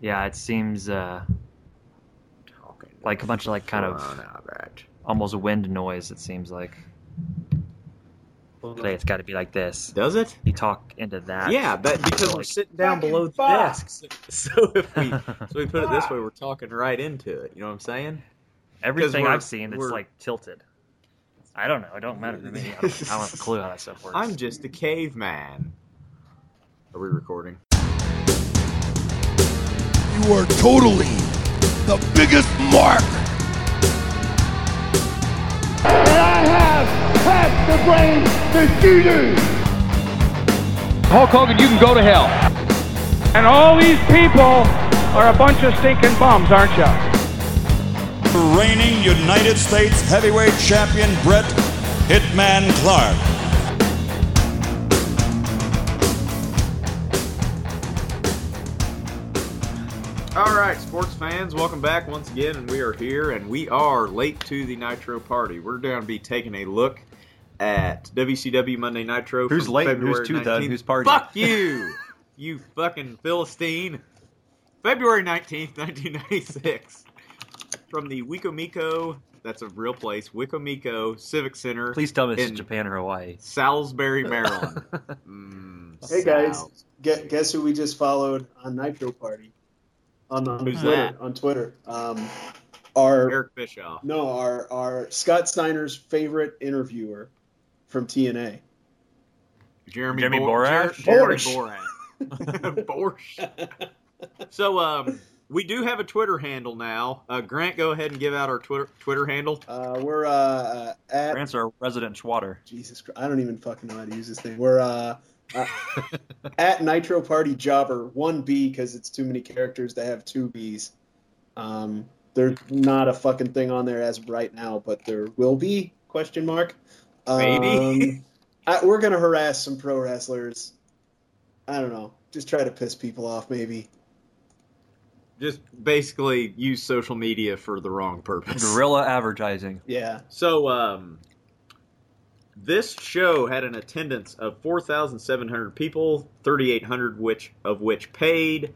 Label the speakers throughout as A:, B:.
A: Yeah, it seems uh,
B: Talking
A: Like a bunch of, like, kind of-
B: fun of it.
A: almost wind noise. It seems like today it's got to be like this.
B: Does it?
A: You talk into that.
B: yeah, but because we're
A: Like-
B: sitting down below the
C: Fucking
B: desk, so, so if we so we put it this way, we're talking right into it. You know what I'm saying?
A: Everything
B: we're-
A: I've seen, it's
B: we're-
A: like tilted. I don't know. It don't matter to me. I don't, I don't have a clue how that stuff works.
B: I'm just a caveman. Are we recording?
D: You are totally the biggest mark.
E: and I have half the brains that you do. Hulk Hogan, you can go to hell. And all these people are a bunch of stinking bums, aren't you?
D: Reigning United States heavyweight champion Brett Hitman Clark.
B: All right, sports fans, welcome back once again, and we are here, and we are late to the Nitro party. We're going to be taking a look at WCW Monday Nitro.
F: Who's
B: from
F: late and
B: February
F: who's two thud and
B: 19th.
F: who's party?
B: Fuck you, you fucking philistine. February nineteenth, nineteen ninety-six, from the Wicomico. That's a real place, Wicomico Civic Center,
A: Please tell me this
B: in-
A: is Japan or Hawaii.
B: Salisbury, Maryland. Mm,
C: Hey, guys.
B: Sal.
C: Gue- guess who we just followed on Nitro Party? On, on
B: Who's
C: Twitter.
B: that?
C: On Twitter. Um, our
B: Eric Bischoff.
C: no, our our Scott Steiner's favorite interviewer from TNA.
B: Jeremy,
A: Jeremy
B: Bor-
A: Borash?
B: Jer- Jeremy
C: Borash.
B: Borash. Borash. So um, we do have a Twitter handle now. Uh, Grant, go ahead and give out our Twitter Twitter handle.
C: Uh, we're uh, uh, at
A: Grant's our resident Schwatter.
C: Jesus Christ. I don't even fucking know how to use this thing. We're uh, uh, at Nitro Party Jobber one B because it's too many characters to have two Bs. Um, there's not a fucking thing on there as of right now, but there will be question mark. Um,
B: Maybe.
C: I, we're gonna harass some pro wrestlers. I don't know. Just try to piss people off, maybe.
B: Just basically use social media for the wrong purpose.
A: Guerrilla advertising.
C: Yeah.
B: So um, this show had an attendance of four thousand seven hundred people, thirty eight hundred which of which paid.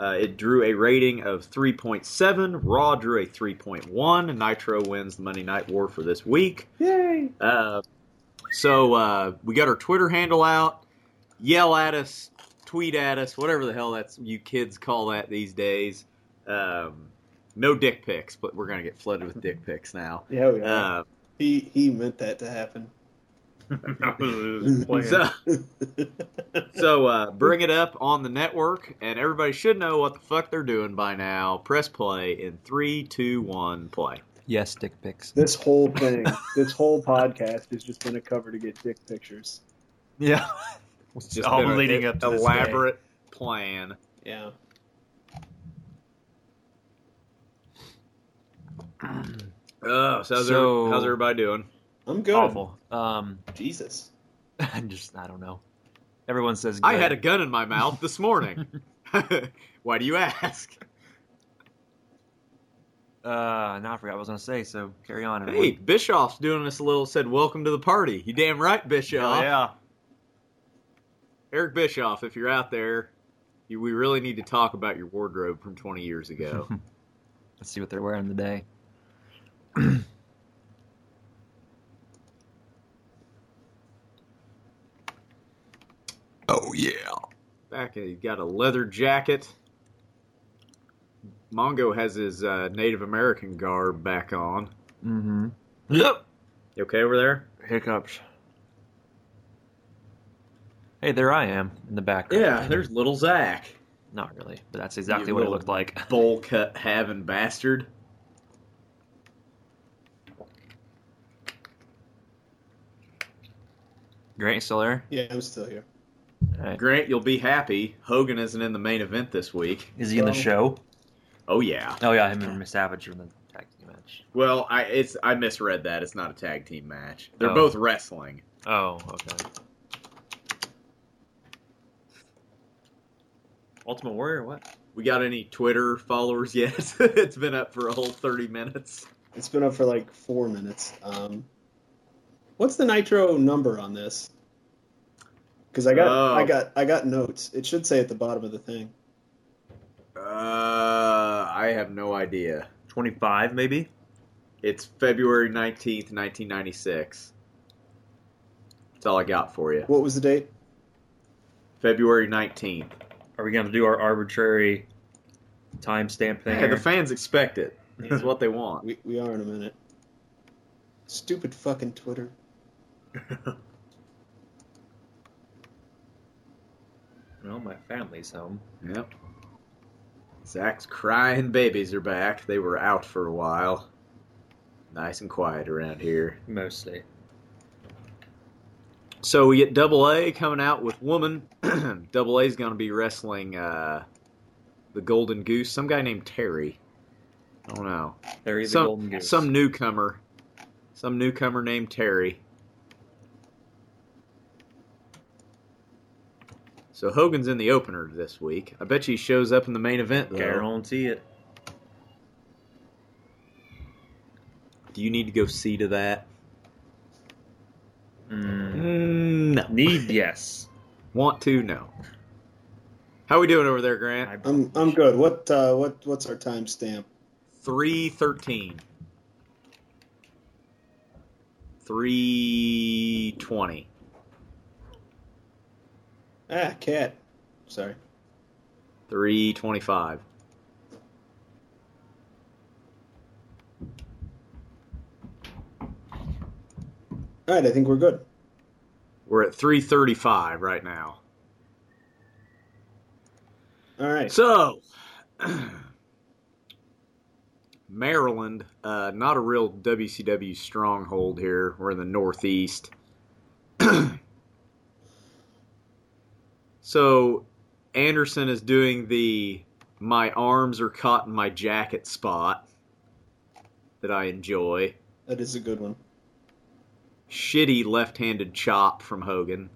B: Uh, it drew a rating of three point seven. Raw drew a three point one. Nitro wins the Monday Night War for this week.
C: Yay.
B: Uh, so uh, we got our Twitter handle out. Yell at us, tweet at us, whatever the hell that's you kids call that these days. Um, no dick pics, but we're gonna get flooded with dick pics now.
C: Yeah. We are.
B: Uh,
C: he he meant that to happen.
B: so, so uh, bring it up on the network, and everybody should know what the fuck they're doing by now. Press play in three, two, one, play.
A: Yes, dick pics.
C: This whole thing, this whole podcast has just been a cover to get dick pictures.
A: Yeah.
B: It's
A: all
B: been a-
A: leading up to this day.
B: elaborate plan.
C: Yeah.
B: Oh, so how's,
A: So-
B: every- how's everybody doing?
C: I'm good.
A: Awful. Um,
C: Jesus.
A: i just, I don't know. Everyone says
B: I
A: good.
B: had a gun in my mouth this morning. Why do you ask?
A: Uh, now I forgot what I was going to say, so carry on. everyone.
B: Hey, Bischoff's doing us a little. Said, "Welcome to the party." You damn right, Bischoff.
A: Hell yeah.
B: Eric Bischoff, if you're out there, you, we really need to talk about your wardrobe from 20 years ago.
A: Let's see what they're wearing today.
B: oh yeah. Back, he's got a leather jacket. Mongo has his uh, Native American garb back on.
A: Mm-hmm.
B: Yep. You okay over there?
A: Hiccups. Hey, there I am in the background.
B: There's little Zach,
A: Not really, but that's exactly
B: You
A: what it
B: little
A: looked like.
B: bowl cut having bastard.
A: Grant, you still there?
C: Yeah, I'm still here.
A: All right.
B: Grant, you'll be happy. Hogan isn't in the main event this week.
A: Is he in the show?
B: Oh yeah.
A: Oh yeah, him and Miss Savage are in the tag team match.
B: Well, I it's I misread that. It's not a tag team match. They're
A: Oh.
B: both wrestling.
A: Oh, okay. Ultimate Warrior, what?
B: We got any Twitter followers yet? it's been up for a whole thirty minutes.
C: It's been up for like four minutes. Um, what's the nitro number on this? Because I got,
B: Oh.
C: I got, I got notes. It should say at the bottom of the thing.
B: uh, I have no idea.
A: 25 maybe.
B: It's February 19th, 1996. That's all I got for you.
C: What was the date?
B: February 19th.
A: Are we gonna do our arbitrary timestamp thing?
B: Yeah,
A: here?
B: the fans expect it. It's what they want.
C: We, we are in a minute. Stupid fucking Twitter.
A: well, my family's home.
B: Yep. Zach's crying babies are back. They were out for a while. Nice and quiet around here.
A: Mostly.
B: So we get Double A coming out with Woman. Double A's going to be wrestling uh, the Golden Goose, some guy named Terry. I don't know.
A: There is a golden
B: Some,
A: goose.
B: some newcomer. Some newcomer named Terry. So Hogan's in the opener this week. I bet you he shows up in the main event, though.
A: guarantee it.
B: Do you need to go see to that?
A: Mm.
B: Mm, no.
A: Need yes.
B: Want to? No. How we doing over there, Grant?
A: I-
C: I'm I'm good. What uh, what what's our timestamp?
B: 313. 320.
C: Ah, cat. Sorry.
B: 325.
C: All right, I think we're good.
B: We're at 335 right now.
C: All right.
B: So, Maryland, uh, not a real WCW stronghold here. We're in the Northeast. so, Anderson is doing the my arms are caught in my jacket spot that I enjoy.
C: That is a good one.
B: Shitty left handed chop from Hogan.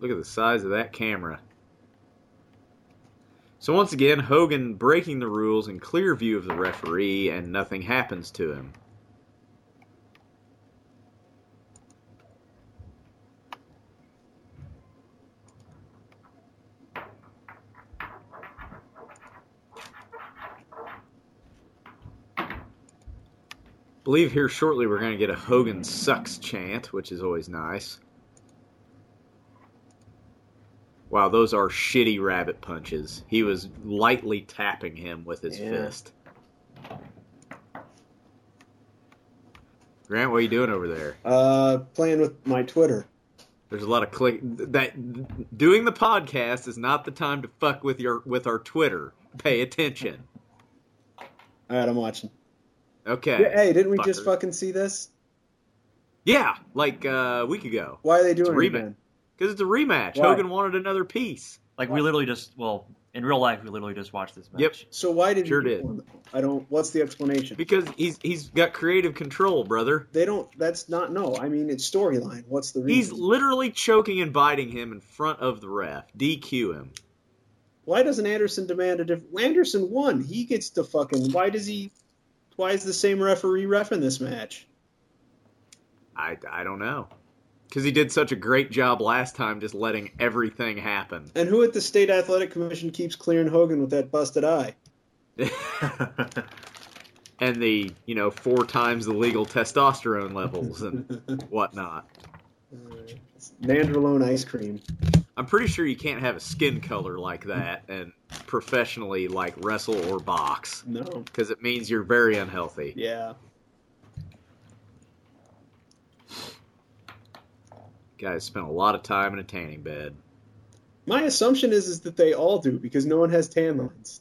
B: Look at the size of that camera. So once again, Hogan breaking the rules in clear view of the referee, and nothing happens to him. Believe here shortly we're going to get a Hogan sucks chant, which is always nice. Wow, those are shitty rabbit punches. He was lightly tapping him with his
C: Yeah.
B: fist. Grant, what are you doing over there?
C: Uh, playing with my Twitter.
B: There's a lot of click that doing the podcast is not the time to fuck with your with our Twitter. Pay attention.
C: All right, I'm watching.
B: Okay.
C: Yeah, hey, didn't we
B: fucker.
C: just fucking see this?
B: Yeah, like uh, a week ago.
C: Why are they doing it
B: remake.
C: again?
B: Because it's a rematch.
C: Why?
B: Hogan wanted another piece.
A: Like we literally just well in real life we literally just watched this match.
B: Yep.
C: So why did
B: Sure
C: you
B: did.
C: perform it? I don't. What's the explanation?
B: Because he's he's got creative control, brother.
C: They don't. That's not. No, I mean it's storyline. What's the
B: He's
C: reason?
B: literally choking and biting him in front of the ref. DQ him.
C: why doesn't Anderson demand a different? Anderson won. He gets to fucking. Why does he? Why is the same referee ref in this match?
B: I, I don't know. Because he did such a great job last time just letting everything happen.
C: And who at the state athletic commission keeps clearing Hogan with that busted eye?
B: and the, you know, four times the legal testosterone levels and whatnot.
C: Nandrolone ice cream.
B: I'm pretty sure you can't have a skin color like that and professionally, like, wrestle or box.
C: No.
B: Because it means you're very unhealthy.
C: Yeah.
B: Guys spent a lot of time in a tanning bed.
C: My assumption is is that they all do because no one has tan lines.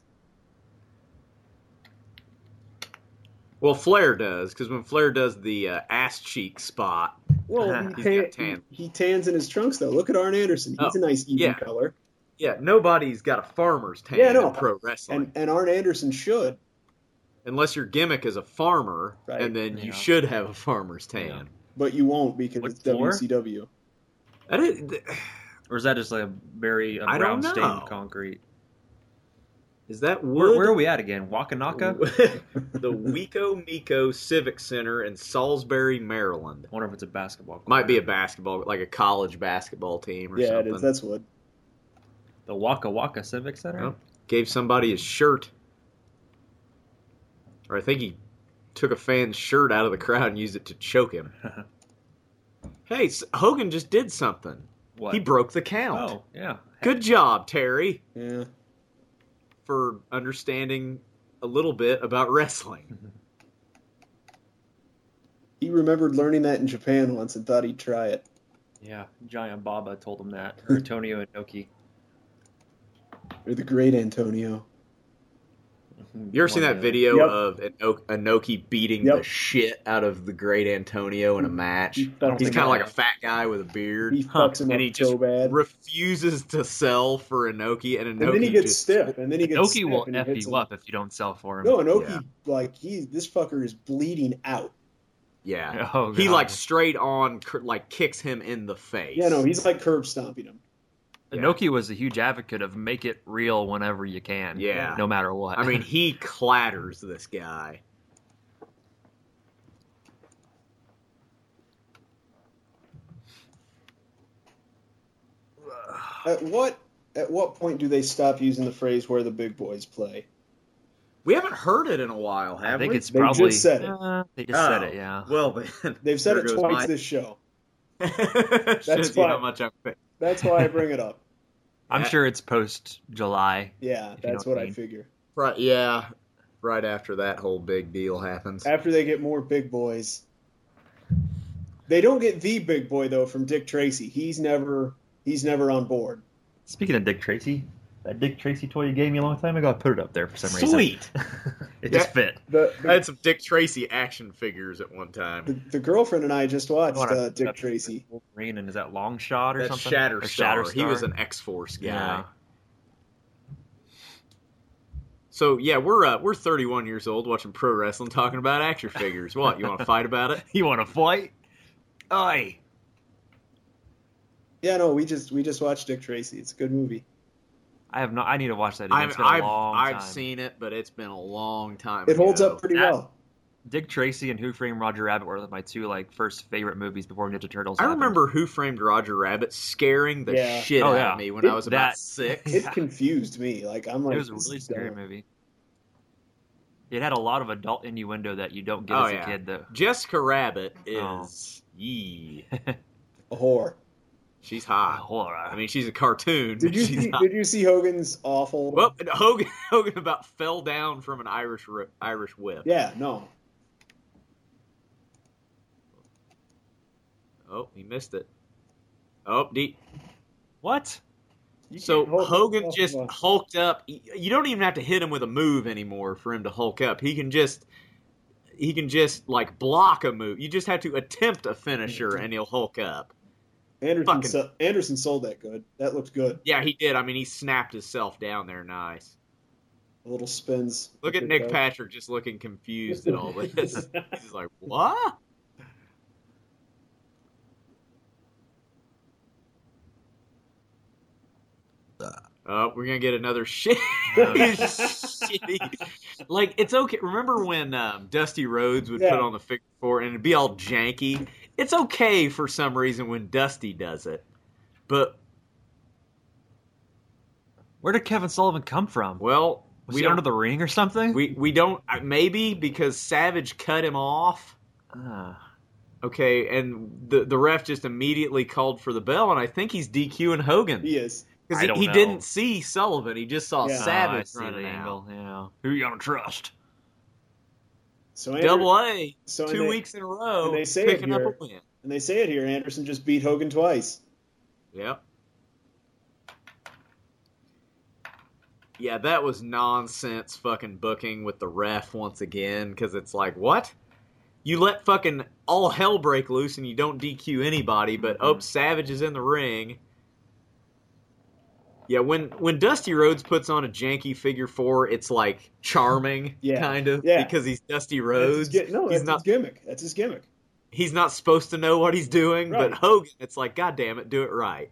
B: Well, Flair does because when Flair does the uh, ass cheek spot,
C: Well, he,
B: He's
C: tan-
B: got tan.
C: he, he tans in his trunks though. Look at Arn Anderson. He's
B: Oh,
C: a nice even
B: yeah.
C: color.
B: yeah, nobody's got a farmer's tan
C: Yeah, no.
B: in pro wrestling
C: And and Arn Anderson should.
B: unless your gimmick is a farmer,
C: Right.
B: and then
A: Yeah.
B: you should have a farmer's tan.
A: Yeah.
C: But you won't because
A: What
C: it's
A: for?
C: WCW.
B: That is, th-
A: Or is that just like a very a
B: I don't
A: ground stain
B: know.
A: concrete?
B: Is that
A: Where,
B: Wood?
A: where are we at again? Wakanaka?
B: the Wico Miko Civic Center in Salisbury, Maryland.
A: I wonder if it's a basketball. Court.
B: Might be a basketball, like a college basketball team or
C: yeah, it
B: something.
C: is. That's what.
A: the Waka Waka Civic Center.
B: Yep. Gave somebody his shirt. Or I think he took a fan's shirt out of the crowd and used it to choke him. hey, S- Hogan just did something.
A: What?
B: He broke the count.
A: Oh yeah.
B: Good job, Terry,
C: Yeah.
B: for understanding a little bit about wrestling.
C: He remembered learning that in Japan once and thought he'd try it.
A: Yeah. Giant Baba told him that. Or Antonio Inoki.
C: Or the great Antonio.
B: You ever seen
A: One
B: that
A: of the-
B: video
C: Yep.
B: of Ano- Anoki beating
C: Yep.
B: the shit out of the great Antonio in a match?
C: He fucking-
B: He's kind of like a fat guy with a beard.
C: He fucks him
B: and
C: up
B: he
C: so
B: just
C: bad.
B: refuses to sell for Anoki, and Anoki
C: and then he gets
B: just
C: stiff, and then he gets
A: Inoki
C: stiff
A: will
C: and he
A: f
C: hits
A: you
C: him.
A: up if you don't sell for him.
C: No, Anoki,
B: Yeah.
C: like he's this fucker is bleeding out.
B: Yeah.
A: Oh,
B: he
A: God.
B: like straight on cur- like kicks him in the face.
C: Yeah, no, he's like curb stomping him.
A: Inoki was a huge advocate of make it real whenever you can.
B: Yeah.
A: No matter what.
B: I mean, he clatters this guy.
C: At what at what point do they stop using the phrase "where the big boys play"?
B: We haven't heard it in a while, have
A: I think
B: we?
A: it's
C: They just
A: probably
C: said it.
A: Uh, they just said
B: Oh,
A: it. Yeah.
B: Well, then
C: They've said
B: there
C: it
B: goes
C: twice
B: my-
C: this show.
B: Shows you how
C: fine.
B: much I'm.
C: That's why I bring it up.
A: I'm
B: Yeah.
A: sure it's post July.
C: Yeah,
A: If you know
C: that's
A: what
C: what
A: I
C: I
A: mean.
C: figure.
B: Right, yeah. Right after that whole big deal happens.
C: After they get more big boys, they don't get the big boy though from Dick Tracy. He's never he's never on board.
A: Speaking of Dick Tracy, that Dick Tracy toy you gave me a long time ago, I put it up there for some
B: Sweet.
A: reason. Sweet. it
B: Yeah.
A: just fit.
C: The
B: I had some Dick Tracy action figures at one
C: the,
B: time.
C: the girlfriend and I just watched
A: I wanna-
C: uh, Dick Tracy.
A: Wolverine and is that Long Shot or
B: That's
A: something?
B: Shatter,
A: Or
B: Star. He
A: Shatterstar?
B: was an X Force guy.
A: Yeah.
B: So yeah, we're uh, we're 31 years old watching pro wrestling, talking about action figures. What you want to fight about it?
A: You want to fight? Aye.
C: Yeah, no, we just we just watched Dick Tracy. It's a good movie.
A: I have not. I need to watch that. Again.
B: I've
A: it's been a
B: I've,
A: long
B: I've
A: time.
B: seen it, but it's been a long time.
C: It holds
B: ago.
C: up pretty
A: That-
C: well.
A: Dick Tracy and Who Framed Roger Rabbit were my two like first favorite movies before Ninja Turtles.
B: I
A: happened.
B: remember Who Framed Roger Rabbit scaring the
C: Yeah.
B: shit
A: Oh,
B: out
A: yeah.
B: of me when
C: It-
B: I was
A: that-
B: about six.
C: It confused me. Like I'm like
A: it was a
C: this
A: really
C: is
A: scary
C: dumb.
A: movie. It had a lot of adult innuendo that you don't get
B: Oh,
A: as
B: yeah.
A: a kid, though.
B: Jessica Rabbit
A: Oh.
B: is yee.
C: A whore.
B: She's hot.
A: Horror.
B: I mean, she's a cartoon.
C: Did
B: but
C: you
B: she's
C: see,
B: hot.
C: did you see Hogan's awful?
B: Well, and Hogan Hogan about fell down from an Irish ri- Irish whip.
C: yeah, no.
B: Oh, he missed it. Oh, deep.
A: what?
C: You
B: So
C: can't hold
B: Hogan
C: yourself
B: just
C: up.
B: hulked up. Y- You don't even have to hit him with a move anymore for him to hulk up. He can just he can just like block a move. You just have to attempt a finisher and he'll hulk up.
C: Anderson,
B: fucking-
C: so, Anderson sold that good. That looked good.
B: Yeah, he did. I mean, he snapped himself down there. Nice.
C: A little spins.
B: Look at Nick Patrick just looking confused at all this. He's like, "What?" Oh, we're gonna get another shit. shitty. Like it's okay. Remember when um, Dusty Rhodes would
C: Yeah.
B: put on the figure four and it'd be all janky? It's okay for some reason when Dusty does it, but
A: Where did Kevin Sullivan come from?
B: well,
A: Was
B: we
A: he under
B: don't.
A: the ring or something?
B: we we don't. I- Maybe because Savage cut him off.
A: Ah.
B: Okay, and the the ref just immediately called for the bell, and I think he's DQing Hogan
C: He is.
B: because
A: I
B: he,
A: don't
B: he
A: know.
B: didn't see Sullivan; he just saw
A: Oh,
C: Yeah.
A: I
B: Savage
A: see the
B: running out.
A: angle. Yeah. Who you gonna trust?
C: So Ander-
B: Double A,
C: so
B: two
C: and they-
B: weeks in a row,
C: and they say
B: picking
C: it
B: up
C: here.
B: a win.
C: And they say it here. Anderson just beat Hogan twice.
B: Yep. Yeah, that was nonsense fucking booking with the ref once again because it's like, what? You let fucking all hell break loose and you don't DQ anybody, but
C: Mm-hmm.
B: oh, Savage is in the ring. Yeah, when when Dusty Rhodes puts on a janky figure four, it's like charming,
C: Yeah.
B: kind of,
C: Yeah.
B: because he's Dusty
C: That's his
B: Rhodes.
C: gi- no,
B: he's
C: that's
B: not
C: his gimmick. That's his gimmick.
B: he's not supposed to know what he's doing,
C: Right.
B: but Hogan, it's like, god damn it, do it right.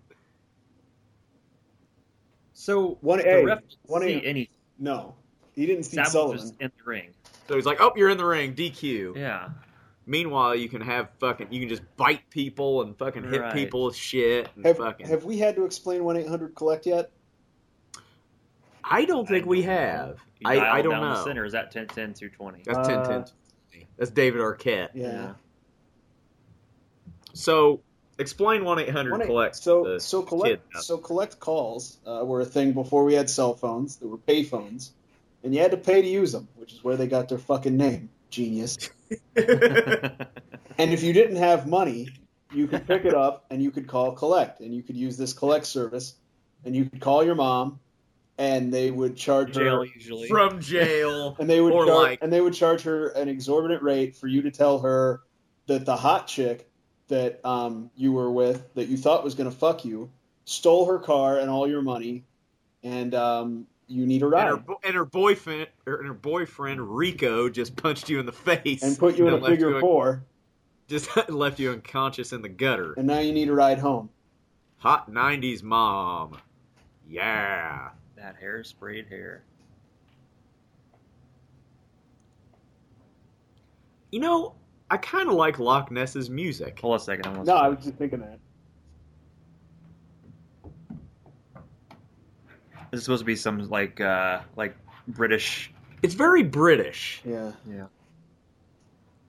A: So
C: One
A: the
C: A.
A: ref didn't
C: One
A: see
C: A.
A: anything,
C: No, he didn't see
A: That was
C: Sullivan.
A: just in the ring.
B: So he's like, "Oh, you're in the ring, DQ."
A: Yeah.
B: Meanwhile, you can have fucking, you can just bite people and fucking hit
A: Right.
B: people with shit and
C: Have,
B: fucking.
C: have we had to explain one eight hundred collect yet?
B: I don't think we have.
A: You
B: I, I
A: dial
B: don't
A: down The
B: know.
A: center is that 10, 10 through 20.
B: That's ten ten.
C: Uh,
B: That's David Arquette.
C: Yeah.
B: So explain one eight hundred
C: 1-8-
B: collect.
C: so
B: the
C: so
B: kid.
C: collect so collect calls uh, were a thing before we had cell phones. There were pay phones, and you had to pay to use them, which is where they got their fucking name. Genius. And if you didn't have money, you could pick it up and you could call collect, and you could use this collect service, and you could call your mom, and they would charge
A: Jail
C: her,
A: usually.
B: from jail.
C: and they would
B: or
C: char-
B: like-
C: and they would charge her an exorbitant rate for you to tell her that the hot chick that um, you were with that you thought was going to fuck you stole her car and all your money, and um, you need a
B: and,
C: ride.
B: her, bo- and her boyfriend, her, and her boyfriend Rico, just punched you in the face
C: and put you in a
B: left
C: figure
B: you un-
C: four,
B: Just left you unconscious in the gutter.
C: and now you need a ride home.
B: Hot '90s mom. Yeah.
A: That hair sprayed hair.
B: You know, I kind of like Loch Ness's music.
A: Hold on a second. I'm
C: No, I was just thinking that.
A: This is supposed to be some like uh like British
B: It's very British.
C: Yeah.
A: Yeah.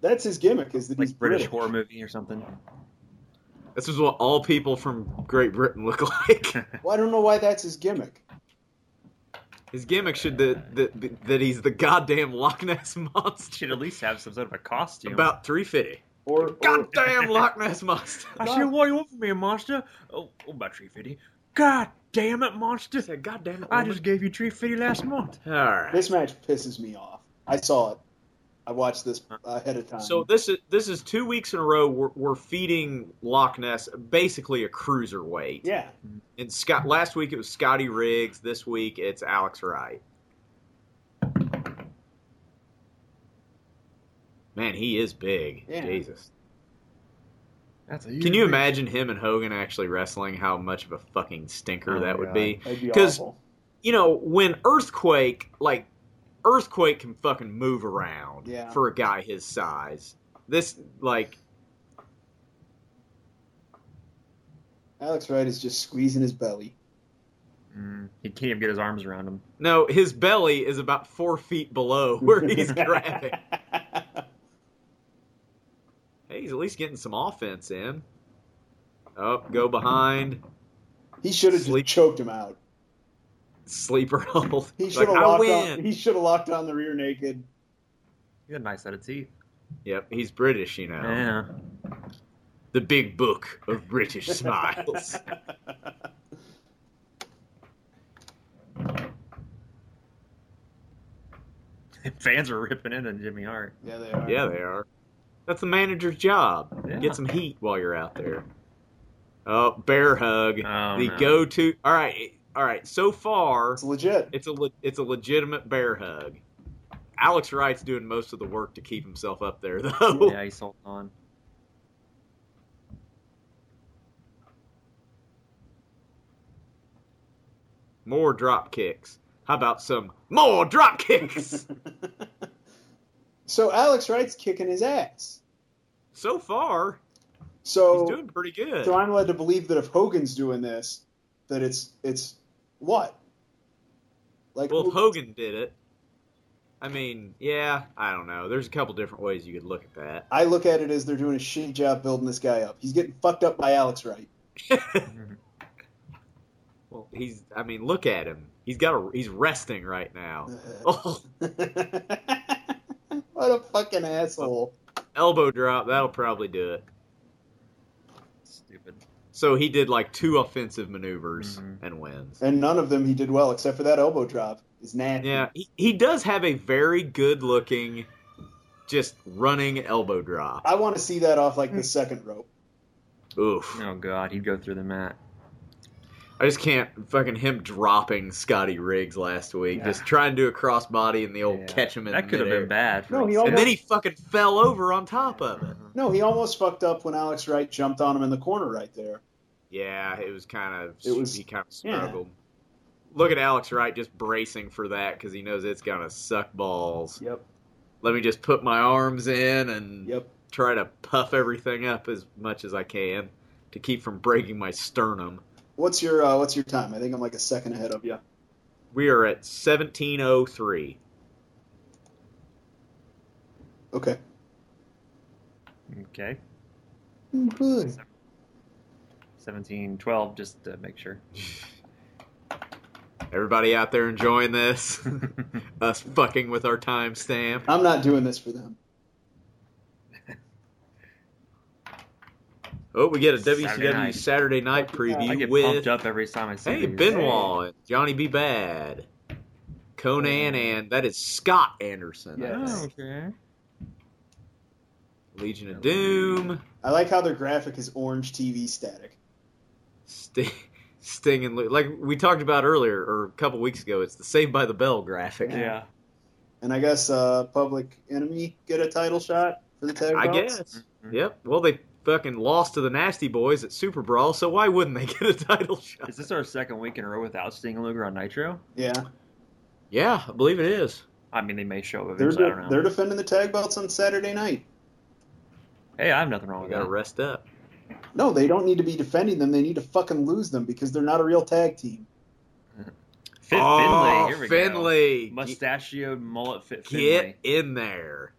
C: That's his gimmick is that he's
A: like British,
C: British.
A: horror movie or something.
B: This is what all people from Great Britain look like.
C: Well, I don't know why that's his gimmick.
B: His gimmick should that that that he's the goddamn Loch Ness monster.
A: Should at least have some sort of a costume.
B: About three fifty.
C: Or, or
B: Goddamn Loch Ness monster.
A: I see what you want from me, monster. Oh, oh about tree fifty. God damn it, monster!
B: Goddamn it!
A: I just gave you tree fifty last month.
B: all right.
C: this match pisses me off. I saw it. I watched this ahead of time.
B: So this is this is two weeks in a row we're, we're feeding Loch Ness basically a cruiserweight.
C: yeah,
B: And Scott last week it was Scotty Riggs. This week it's Alex Wright. Man, he is big.
C: Yeah.
B: Jesus.
A: That's a
B: Can you imagine him and Hogan actually wrestling? How much of a fucking stinker
A: Oh
B: that
A: my
B: would
A: God.
B: be.
C: that'd be
B: 'Cause-
C: awful.
B: you know, when Earthquake, like, Earthquake can fucking move around
C: Yeah.
B: for a guy his size. This, like,
C: Alex Wright is just squeezing his belly.
A: Mm, he can't even get his arms around him.
B: no, his belly is about four feet below where he's grabbing. Hey, he's at least getting some offense in. Up, go behind,
C: He should have just
B: Sleep.
C: choked him out.
B: sleeper hold.
C: He
B: He's
C: should have
B: like, I
C: locked
B: win.
C: on. He should have locked on the rear naked.
A: He got a nice set of teeth.
B: Yep, he's British, you know.
A: Yeah.
B: The big book of British smiles.
A: Fans are ripping in on Jimmy Hart.
C: Yeah, they are.
B: Yeah, they are. That's the manager's job.
A: Yeah.
B: Get some heat while you're out there. Oh, bear hug.
A: Oh,
B: the
A: no.
B: go-to. All right, all right. So far,
C: it's legit.
B: it's a le- it's a legitimate bear hug. Alex Wright's doing most of the work to keep himself up there, though.
A: Yeah, he's holding on.
B: More drop kicks. How about some more drop kicks?
C: So Alex Wright's kicking his ass.
B: so far,
C: So
B: he's doing pretty good.
C: So I'm led to believe that if Hogan's doing this, that it's it's what? Like
B: Well,
C: who-
B: if Hogan did it, I mean, yeah, I don't know. There's a couple different ways you could look at that.
C: I look at it as they're doing a shitty job building this guy up. He's getting fucked up by Alex Wright.
B: Well, he's. I mean, look at him. He's got a. He's resting right now. Oh,
C: what a fucking asshole!
B: elbow drop. That'll probably do it.
A: Stupid.
B: So he did like two offensive maneuvers
A: Mhm.
B: and wins.
C: And none of them he did well except for that elbow drop. Is nasty.
B: Yeah, he, he does have a very good looking, just running elbow drop.
C: I want to see that off like the second rope.
B: Oof.
A: Oh God, he'd go through the mat.
B: I just can't fucking him dropping Scotty Riggs last week.
A: Yeah.
B: Just trying to do a crossbody and the old
A: Yeah.
B: catch him in
A: That could have
B: midair.
A: been bad.
C: No, he
B: And
C: almost-
B: then he fucking fell over on top of it.
C: No, he almost fucked up when Alex Wright jumped on him in the corner right there.
B: Yeah, it was kind of.
C: It was-
B: he kind of
C: yeah.
B: struggled. look at Alex Wright just bracing for that because he knows it's gonna suck balls.
C: Yep.
B: Let me just put my arms in and
C: Yep.
B: try to puff everything up as much as I can to keep from breaking my sternum.
C: What's your uh, What's your time? I think I'm like a second ahead of you.
B: We are at seventeen oh three.
C: Okay.
A: Okay.
C: Good.
A: 17, 12, just to make sure.
B: Everybody out there enjoying this? Us fucking with our timestamp.
C: I'm not doing this for them.
B: Oh, we get a WCW Saturday
A: Saturday
B: night,
A: night.
B: preview
A: I get
B: with
A: pumped up every time I see
B: Hey
A: these.
B: Benoit, and Johnny B. Bad,
A: Oh.
B: Conan, and that is Scott Anderson. I
C: Yes.
B: think.
A: okay.
B: Legion of Doom,
C: I like how their graphic is orange TV static.
B: Sting, Sting and Lu- like we talked about earlier or a couple weeks ago, it's the Saved by the Bell graphic.
A: Yeah.
C: And I guess uh, Public Enemy get a title shot for the tag.
B: I
C: belts?
B: guess.
A: Mm-hmm.
B: Yep. Well, they fucking lost to the Nasty Boys at Super Brawl, so why wouldn't they get a title shot?
A: Is this our second week in a row without Sting and Luger on Nitro?
C: Yeah.
B: Yeah, I believe it is.
A: I mean, they may show up
C: They're
A: eventually. I don't know.
C: they're defending the tag belts on Saturday night.
A: Hey, I have nothing wrong
B: We
A: with
B: gotta
A: that.
B: rest up.
C: No, they don't need to be defending them. They need to fucking lose them because they're not a real tag team.
A: Fit
B: oh,
A: Finlay. Here we
B: Finlay,
A: go. Mustachioed mullet fit
B: get
A: Finlay.
B: in there.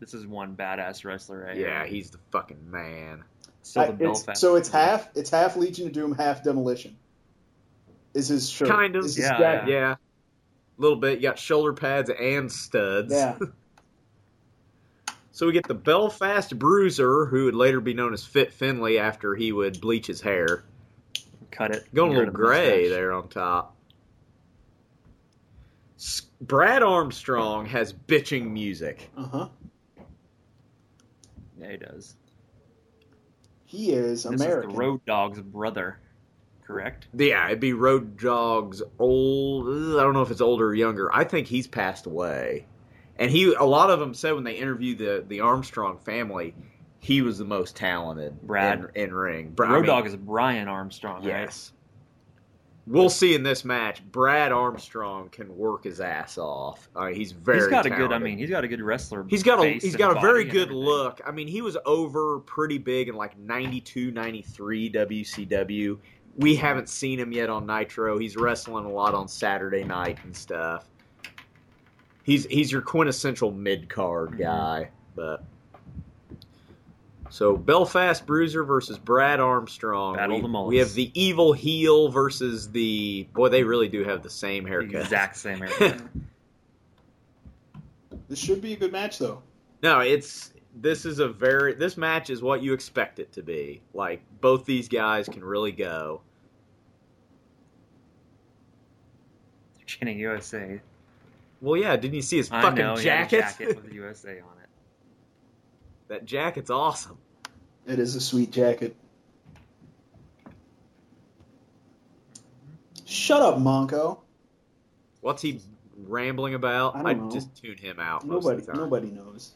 A: This is one badass wrestler right
B: Yeah,
A: here.
B: he's the fucking man.
A: Still
C: I-
A: the
C: it's-
A: Belfast.
C: so it's half it's half Legion of Doom, half Demolition. Is his shirt?
B: Kind of,
C: Is his
A: yeah,
C: jacket.
B: Yeah. A little bit. You got shoulder pads and studs.
C: Yeah.
B: So we get the Belfast Bruiser, who would later be known as Fit Finley after he would bleach his hair.
A: Cut it.
B: Going a
A: Get rid
B: little
A: of the
B: gray
A: mustache.
B: there on top. S- Brad Armstrong has bitching music.
C: Uh huh.
A: Yeah, he does.
C: He is
A: This is the
C: American.
A: Road Dog's brother, correct?
B: Yeah, it'd be Road Dogg's old. I don't know if it's older or younger. I think he's passed away. And he, a lot of them said when they interviewed the the Armstrong family, he was the most talented.
A: Brad.
B: in, in ring. Brad, I
A: Road
B: mean,
A: Dog is Brian Armstrong,
B: Yes. We'll see in this match. Brad Armstrong can work his ass off. Uh, he's
A: right?
B: very.
A: He's got a good. I
B: talented.
A: mean, he's got a good wrestler.
B: he's got a
A: face
B: he's
A: and
B: got a
A: body
B: very
A: and
B: good
A: everything.
B: look. I mean, he was over pretty big in like 92, 93 WCW. We
A: Mm-hmm.
B: haven't seen him yet on Nitro. He's wrestling a lot on Saturday night and stuff. He's he's your quintessential mid card
A: Mhm.
B: guy, but. So Belfast Bruiser versus Brad Armstrong.
A: Battle
B: we,
A: of the mullets.
B: we have the evil heel versus the boy. They really do have the same haircut.
A: Exact same haircut.
C: This should be a good match though.
B: No, it's this is a very this match is what you expect it to be. Like both these guys can really go.
A: Chanting USA.
B: Well, yeah, didn't you see his
A: I
B: fucking
A: know. he had a
B: jacket?
A: jacket with USA on it.
B: that jacket's awesome.
C: It is a sweet jacket. Shut up, Monko.
B: What's he rambling about?
C: I don't know.
B: just tune him out. Most
C: Nobody,
B: of the time.
C: nobody knows.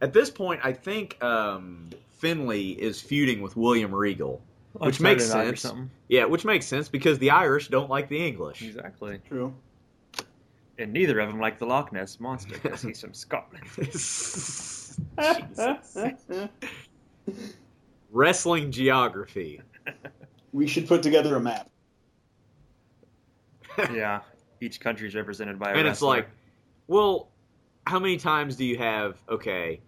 B: At this point, I think um, Finley is feuding with William Regal. Which
A: Upside
B: makes
A: it up or
B: sense.
A: something.
B: Yeah, which makes sense because the Irish don't like the English.
A: Exactly.
C: True.
A: And neither of them like the Loch Ness monster because he's from Scotland.
B: Jesus.
C: Eh.
B: Wrestling geography.
C: we should put together a map.
A: yeah. Each country's represented by a
B: and it's
A: wrestler.
B: like, well, how many times do you have? Okay,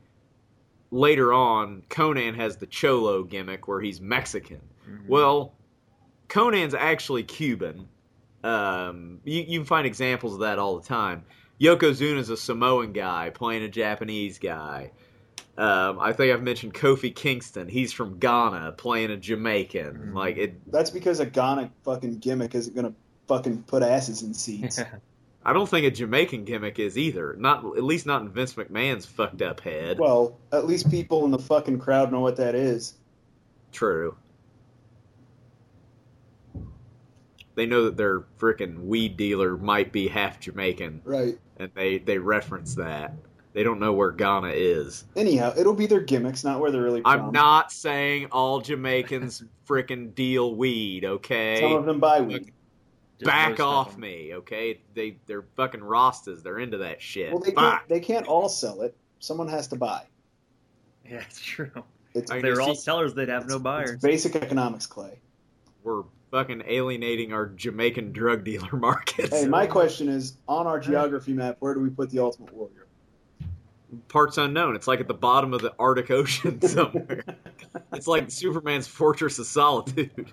B: later on, Conan has the Cholo gimmick where he's Mexican.
A: Mhm.
B: Well, Conan's actually Cuban. Um, you, you can find examples of that all the time. Yokozuna's a Samoan guy playing a Japanese guy. Um, I think I've mentioned Kofi Kingston. He's from Ghana playing a Jamaican.
A: Mhm.
B: Like it,
C: That's because a Ghana fucking gimmick isn't gonna fucking put asses in seats.
B: I don't think a Jamaican gimmick is either. Not at least not in Vince McMahon's fucked up head.
C: Well, at least people in the fucking crowd know what that is.
B: True. They know that their frickin' weed dealer might be half Jamaican,
C: Right.
B: and they, they reference that. They don't know where Ghana is.
C: Anyhow, it'll be their gimmicks, not where they're really from.
B: I'm not saying all Jamaicans frickin' deal weed,
C: Some of
B: okay?
C: them buy weed.
A: Just
B: Back
A: roast
B: off
A: them.
B: me, okay? They they're fucking Rostas. They're into that shit.
C: Well, they
B: Fuck.
C: can't, they can't all sell it. Someone has to buy.
A: Yeah, it's true.
C: It's,
B: I
A: If
B: mean,
A: they
B: it's
A: were all
B: just-
A: sellers, they'd have no
C: it's
A: buyers.
C: basic economics, Clay.
B: We're fucking alienating our Jamaican drug dealer market.
C: Hey, my question is on our geography map, where do we put the Ultimate Warrior?
B: Parts unknown. It's like at the bottom of the Arctic Ocean somewhere. it's like Superman's Fortress of Solitude.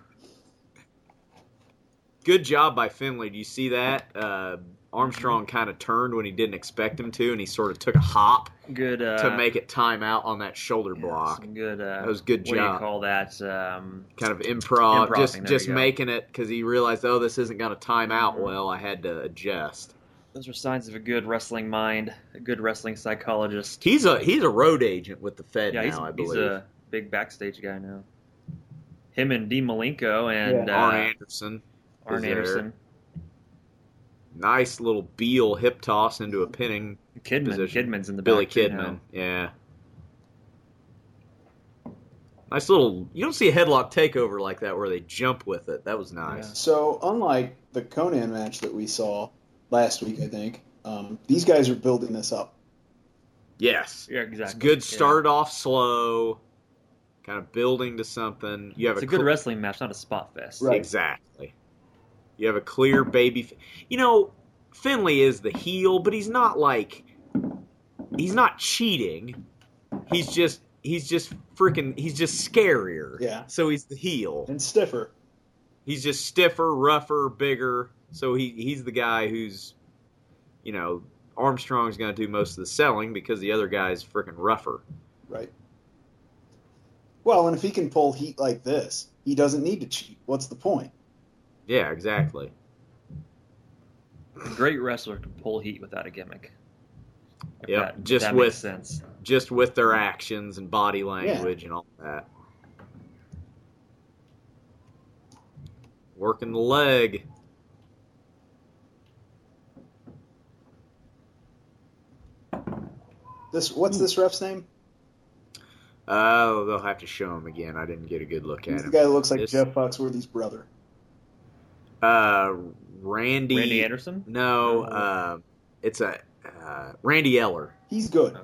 B: Good job by Finley. Do you see that? Uh, Armstrong
A: Mm-hmm.
B: kind of turned when he didn't expect him to, and he sort of took a hop
A: Good uh,
B: to make it time out on that shoulder
A: yeah,
B: block.
A: some Good. Uh,
B: That was good
A: what do you
B: job.
A: call that? Um,
B: kind of improv,
A: Improv,
B: just
A: there
B: just
A: we go. Mm-hmm.
B: making it because he realized, oh, this isn't going to time out well. I had to adjust.
A: those are signs of a good wrestling mind, a good wrestling psychologist.
B: He's a he's a road agent with the Fed
A: yeah,
B: now,
A: he's,
B: I
A: he's
B: believe.
A: a big backstage guy now. Him and D. Malenko and
B: Arn
A: uh,
B: Anderson,
A: Arn
B: is there.
A: Anderson.
B: nice little Beal hip toss into a pinning.
A: Kidman.
B: Position.
A: Kidman's in the
B: Billy
A: back, too, now.
B: Kidman, yeah. Nice little. You don't see a headlock takeover like that where they jump with it. That was nice.
C: So, unlike the Conan match that we saw last week, I think um, these guys are building this up.
B: Yes,
A: Yeah, exactly.
B: it's good.
A: yeah.
B: Started off slow, kind of building to something. You have
A: It's
B: a
A: a good
B: cl-
A: wrestling match, not a spot fest.
C: Right.
B: Exactly. You have a clear baby. F- you know, Finley is the heel, but he's not like he's not cheating. He's just he's just freaking he's just scarier.
C: Yeah.
B: So he's the heel.
C: And stiffer.
B: He's just stiffer, rougher, bigger. So he he's the guy who's you know Armstrong's going to do most of the selling because the other guy's freaking rougher.
C: Right. Well, and if he can pull heat like this, he doesn't need to cheat. What's the point?
B: Yeah, exactly.
A: A great wrestler can pull heat without a gimmick. If
B: Yep,
A: that- if
B: just
A: that
B: with-
A: makes sense.
B: Just with their actions and body language and all that. Working the leg.
C: This what's this ref's name?
B: Oh, they'll have to show him again. I didn't get a good look at
C: He's the
B: him.
C: guy that looks like
B: This-
C: Jeff Foxworthy's brother.
B: Uh, Randy.
A: Randy Anderson? No.
B: No, uh, it's a uh, Randy Eller.
C: He's good.
A: Okay.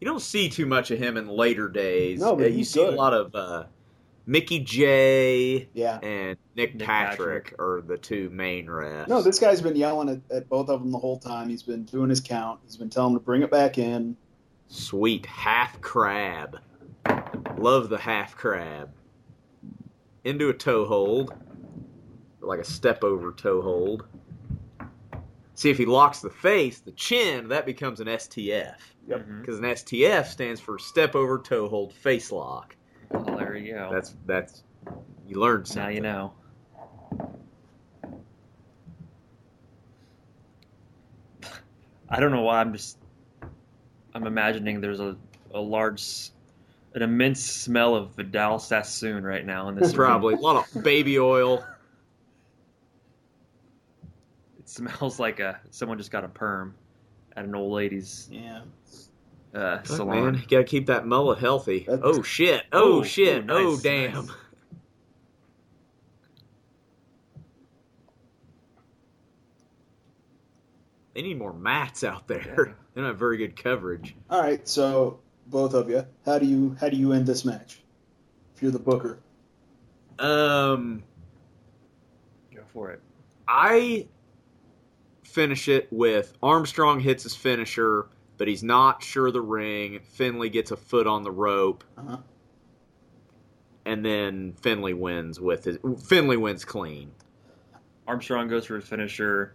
B: You don't see too much of him in later days.
C: No, but
B: Uh, you
C: he's
B: see a
C: good.
B: lot of uh, Mickey J
C: Yeah.
B: and Nick,
A: Nick
B: Patrick,
A: Patrick.
B: are the two main refs.
C: No, this guy's been yelling at, at both of them the whole time. He's been doing his count. He's been telling them to bring it back in.
B: Sweet half crab. Love the half crab. Into a toe hold. Like a step over toe hold. See, if he locks the face, the chin, that becomes an STF.
C: Yep.
A: Mhm.
B: Because an STF stands for step over toe hold face lock.
A: Well, there you go.
B: That's, that's, you learned
A: now
B: something.
A: you know. I don't know why I'm just. I'm imagining there's a, a large, s- an immense smell of Vidal Sassoon right now in this room.
B: Probably. A lot of baby oil.
A: It smells like a someone just got a perm at an old lady's
C: Yeah.
A: uh,
B: Look,
A: salon.
B: man, you gotta keep that mullet healthy.
C: That's-
B: oh shit! Oh,
A: Ooh,
B: shit!
A: ooh,
B: oh
A: nice,
B: damn!
A: nice.
B: They need more mats out there.
A: Yeah.
B: They don't have very good coverage.
C: All right. So both of you, how do you how do you end this match? If you're the booker,
B: Um,
A: Go for it.
B: I finish it with Armstrong hits his finisher, but he's not sure of the ring. Finley gets a foot on the rope,
C: uh-huh.
B: and then Finley wins with his. Finley wins clean.
A: Armstrong goes for his finisher,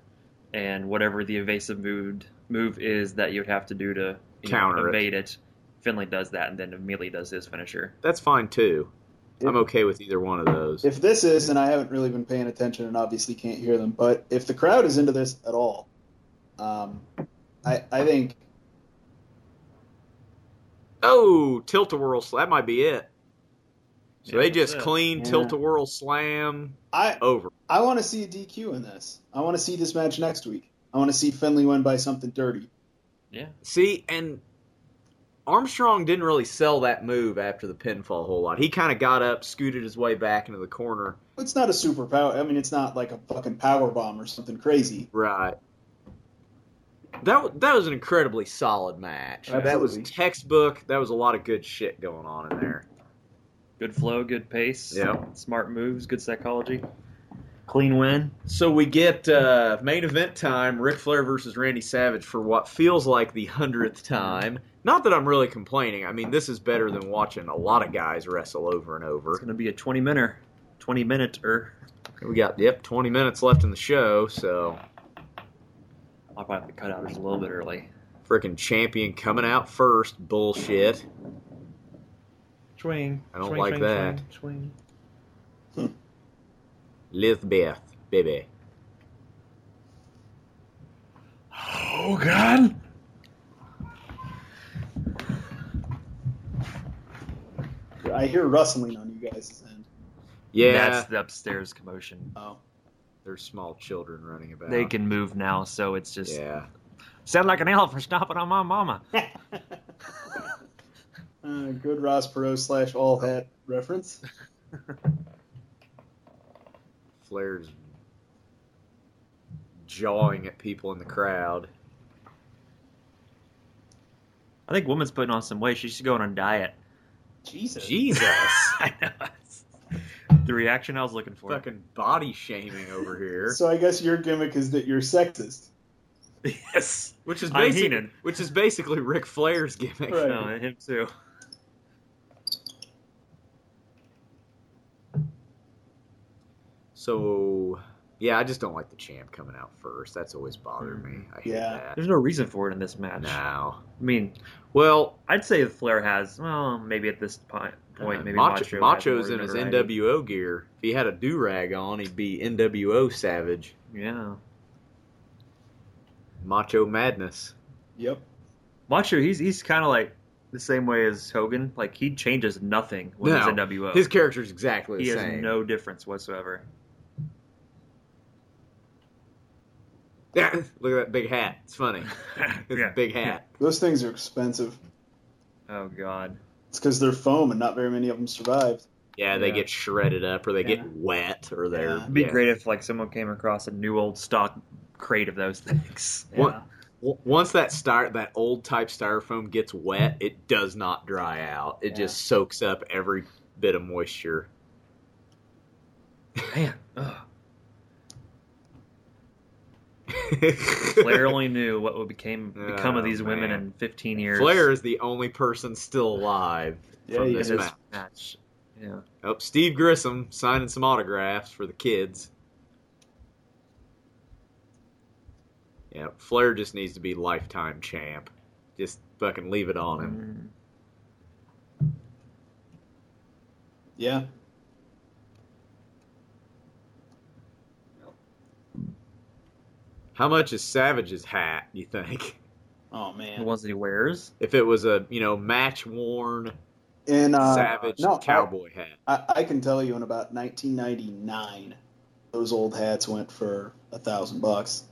A: and whatever the evasive move move is that you'd have to do to you know,
B: Counter it.
A: evade it. Finley does that, and then immediately does his finisher.
B: That's fine too.
C: If-
B: I'm okay with either one of those.
C: if this is, and I haven't really been paying attention and obviously can't hear them, but if the crowd is into this at all, um, I I think
B: Oh, tilt a whirl slam. That might be it. So
A: Yeah,
B: they
A: that's
B: just
A: it.
B: clean
C: Yeah.
B: tilt a whirl slam
C: I
B: over.
C: I want to see a DQ in this. I want to see this match next week. I want to see Finley win by something dirty.
A: Yeah,
B: See, and Armstrong didn't really sell that move after the pinfall a whole lot. He kind of got up, scooted his way back into the corner.
C: It's not a superpower. I mean, it's not like a fucking power bomb or something crazy.
B: Right. That w- that was an incredibly solid match. That was
C: Absolutely.
B: textbook. That was a lot of good shit going on in there.
A: Good flow, good pace.
B: Yeah.
A: Smart moves, good psychology. Clean win.
B: So we get uh, main event time: Ric Flair versus Randy Savage for what feels like the hundredth time. Not that I'm really complaining. I mean, this is better than watching a lot of guys wrestle over and
A: It's
B: over.
A: gonna be a twenty minute, twenty minute er.
B: We got yep, 20 minutes left in the show, so
A: I'll probably have to cut out just a little bit early.
B: freaking champion coming out first. Bullshit.
A: Swing.
B: I don't swing, like swing, that. Lizbeth, baby.
A: Oh God.
C: I hear rustling on you guys' end.
B: Yeah,
A: That's the upstairs commotion.
C: Oh,
B: there's small children running about.
A: They can move now, so it's just
B: Yeah.
A: sound like an elf for stomping on my mama.
C: uh, good Ross Perot slash all hat reference.
B: Flair's jawing at people in the crowd.
A: I think woman's putting on some weight. She should go on a diet.
C: Jesus.
B: Jesus.
A: I know. The reaction I was looking for.
B: Fucking body shaming over here.
C: So I guess your gimmick is that you're sexist.
A: Yes.
B: which is
A: I'm
B: basically
A: Heenan.
B: which is basically Ric Flair's gimmick.
C: Right.
A: No, and him too.
B: So yeah, I just don't like the champ coming out first. That's always bothered me. I hate
C: Mm-hmm. Yeah.
B: that.
A: There's no reason for it in this match.
B: Now.
A: I mean,
B: Well,
A: I'd say Flair has. Well, maybe at this point, point
B: uh,
A: maybe
B: Macho,
A: Macho
B: Macho's
A: has
B: in
A: more
B: his
A: notoriety.
B: NWO gear. If he had a do rag on, he'd be NWO Savage.
A: Yeah,
B: Macho Madness.
C: Yep.
A: Macho. He's he's kind of like the same way as Hogan. Like he changes nothing when he's
B: No.
A: NWO.
B: His character's exactly the
A: Oh. he has
B: same.
A: no difference whatsoever.
B: Look at that big hat. It's funny. It's
A: Yeah.
B: a big hat.
C: Those things are expensive.
A: Oh God.
C: It's because they're foam and not very many of them survived.
B: Yeah, they
A: Yeah.
B: get shredded up or they
C: Yeah.
B: get wet or they're.
C: Yeah.
A: It'd be
B: yeah.
A: great if like someone came across a new old stock crate of those things.
B: What- W- Once that styro, that old type styrofoam gets wet, it does not dry out. It
C: Yeah.
B: just soaks up every bit of moisture.
A: Man, ugh. Flair only knew what would became become of
B: Oh,
A: these women
B: man.
A: in 15 years.
B: Flair is the only person still alive
C: Yeah,
B: from
C: he
A: in
B: this
A: this
B: match.
A: match. Yeah.
B: Oh, Steve Grissom signing some autographs for the kids. Yeah, Flair just needs to be lifetime champ. Just fucking leave it on him.
A: Mm.
C: Yeah.
B: How much is Savage's hat, you think?
C: Oh
A: The
C: man.
A: ones that he wears.
B: If it was a, you know, match worn
C: And uh,
B: Savage
C: no, I-
B: cowboy hat.
C: I, I can tell you in about 1999, those old hats went for a thousand bucks.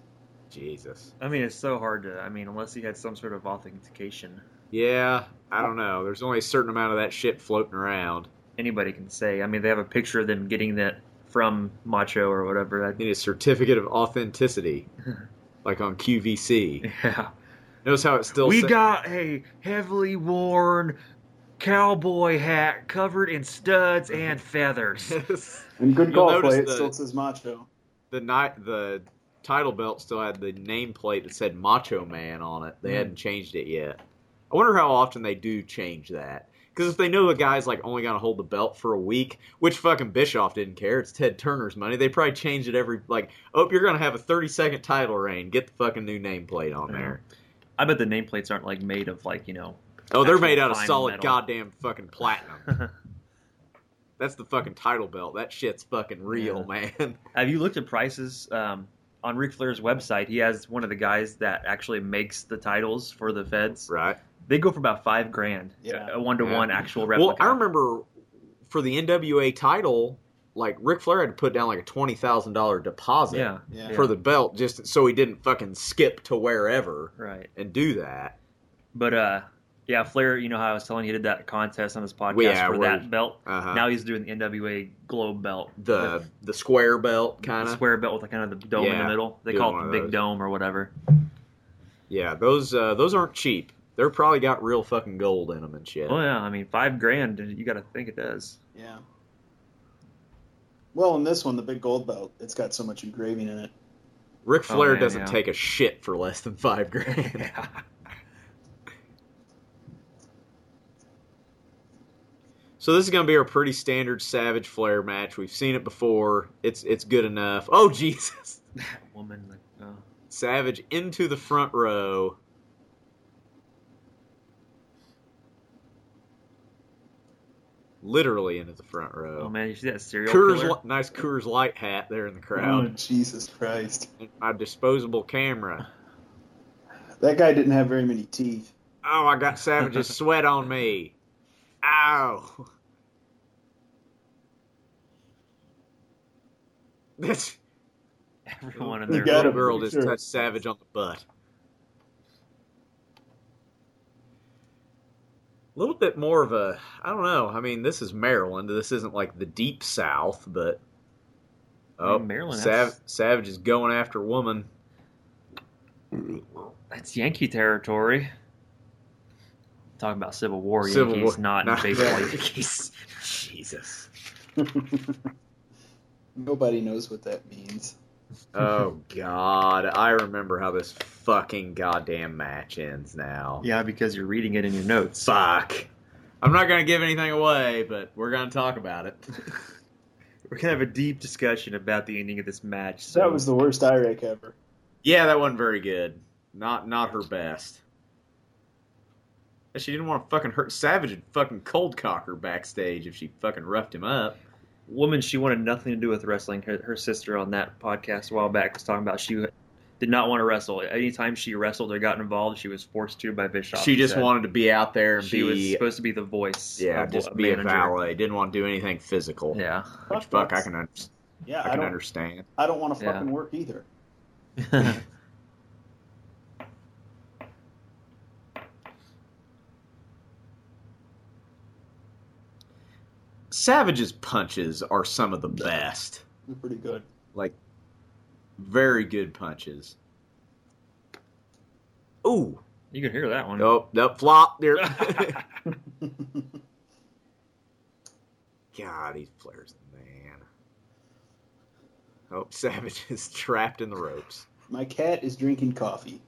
B: Jesus.
A: I mean, it's so hard to. I mean, unless he had some sort of authentication,
B: Yeah, I don't know. There's only a certain amount of that shit floating around.
A: anybody can say. I mean, they have a picture of them getting that from Macho or whatever.
B: You need a certificate of authenticity, like on QVC.
A: yeah.
B: Notice how it still
A: We
B: sa-
A: got a heavily worn cowboy hat covered in studs and feathers.
C: And good
B: You'll
C: call
B: notice
C: play. It
B: the-
C: still says macho.
B: the night the title belt still had the nameplate that said Macho Man on it. They
A: Mm.
B: hadn't changed it yet. I wonder how often they do change that. Because if they know the guy's like only gonna hold the belt for a week, which fucking Bischoff didn't care, it's Ted Turner's money. They probably change it every like, oh, you're gonna have a 30 second title reign. Get the fucking new nameplate on
A: Yeah.
B: there.
A: I bet the nameplates aren't like made of like you know.
B: Oh, they're
A: Actual
B: made out of
A: fine
B: solid
A: metal.
B: goddamn fucking platinum. That's the fucking title belt. That shit's fucking real, man.
A: Have you looked at prices um, on Ric Flair's website? He has one of the guys that actually makes the titles for the Feds.
B: Right.
A: They go for about five grand.
C: Yeah.
A: A one to one
B: Yeah.
A: actual replica.
B: Well, I remember for the NWA title, like Ric Flair had to put down like a twenty thousand dollar deposit
A: Yeah.
C: Yeah.
B: for the belt, just so he didn't fucking skip to wherever
A: Right.
B: and do that.
A: But uh Yeah, Flair. You know how I was telling you, he did that contest on his podcast
B: Yeah,
A: for
B: where-
A: that belt.
B: uh-huh.
A: Now he's doing the NWA Globe belt,
B: the the square belt
A: the
B: kind of.
A: square belt with like kind of the dome in
B: Yeah,
A: the middle. They
B: doing
A: call
B: one
A: it the
B: of
A: big
B: those.
A: dome or whatever.
B: Yeah, those uh, those aren't cheap. They're probably got real fucking gold in them and shit.
A: Oh yeah, I mean five grand. You got to think it does.
C: Yeah. Well, in this one, the big gold belt, it's got so much engraving in it.
B: Ric
A: Oh,
B: Flair
A: man,
B: doesn't
A: yeah.
B: take a shit for less than five grand. so this is gonna be our pretty standard Savage Flair match. We've seen it before. It's it's good enough. Oh Jesus!
A: Woman, like, oh.
B: Savage into the front row. Literally into the front
A: oh
B: row.
A: man, you see that serial
B: Coors,
A: killer?
B: Li- nice Coors Light hat there in the
C: Oh,
B: crowd.
C: Jesus Christ.
B: My disposable camera.
C: That guy didn't have very many teeth.
B: Oh, I got Savage's sweat on me. Ow. This
A: Everyone in
C: You
A: there.
C: got
B: little
C: him,
B: girl
C: pretty
B: just
C: sure.
B: touched Savage on the butt. A little bit more of a, I don't know. I mean, this is Maryland. This isn't like the deep South, but
A: I
B: oh,
A: mean, Maryland,
B: Sav-
A: that's-
B: Savage is going after a woman.
A: That's Yankee territory. Talking about Civil War
B: Civil
A: Yankees,
B: War-
A: not
B: not-
A: baseball
B: Yeah.
A: Yankees.
B: Jesus.
C: Nobody knows what that means.
B: oh God, I remember how this fucking goddamn match ends now.
A: Yeah, because you're reading it in your notes.
B: Fuck. I'm not gonna give anything away, but we're gonna talk about it.
A: We're gonna have a deep discussion about the ending of this match. So
C: That was the worst IRAC ever.
B: yeah, that wasn't very good. Not not her best. And She didn't want to fucking hurt Savage and fucking cold cock her backstage if she fucking roughed him up.
A: woman she wanted nothing to do with wrestling. Her, her sister on that podcast a while back was talking about she did not want to wrestle. Anytime she wrestled or got involved, she was forced to by Bischoff.
B: she just
A: said.
B: wanted to be out there and
A: She was
B: be
A: supposed to be the voice.
B: yeah,
A: of
B: just
A: a
B: be
A: manager.
B: a valet. Didn't want to do anything physical.
A: Yeah.
B: Which fuck, I can under-
C: Yeah,
B: I
C: I
B: can
C: don't.
B: understand.
C: I don't want to
A: Yeah.
C: fucking work either.
B: Savage's punches are some of the best.
C: They're pretty good.
B: like very good punches. Ooh,
A: you can hear that one.
B: nope, nope, flop there. God, these players, man. Oh, Savage is trapped in the ropes.
C: My cat is drinking coffee.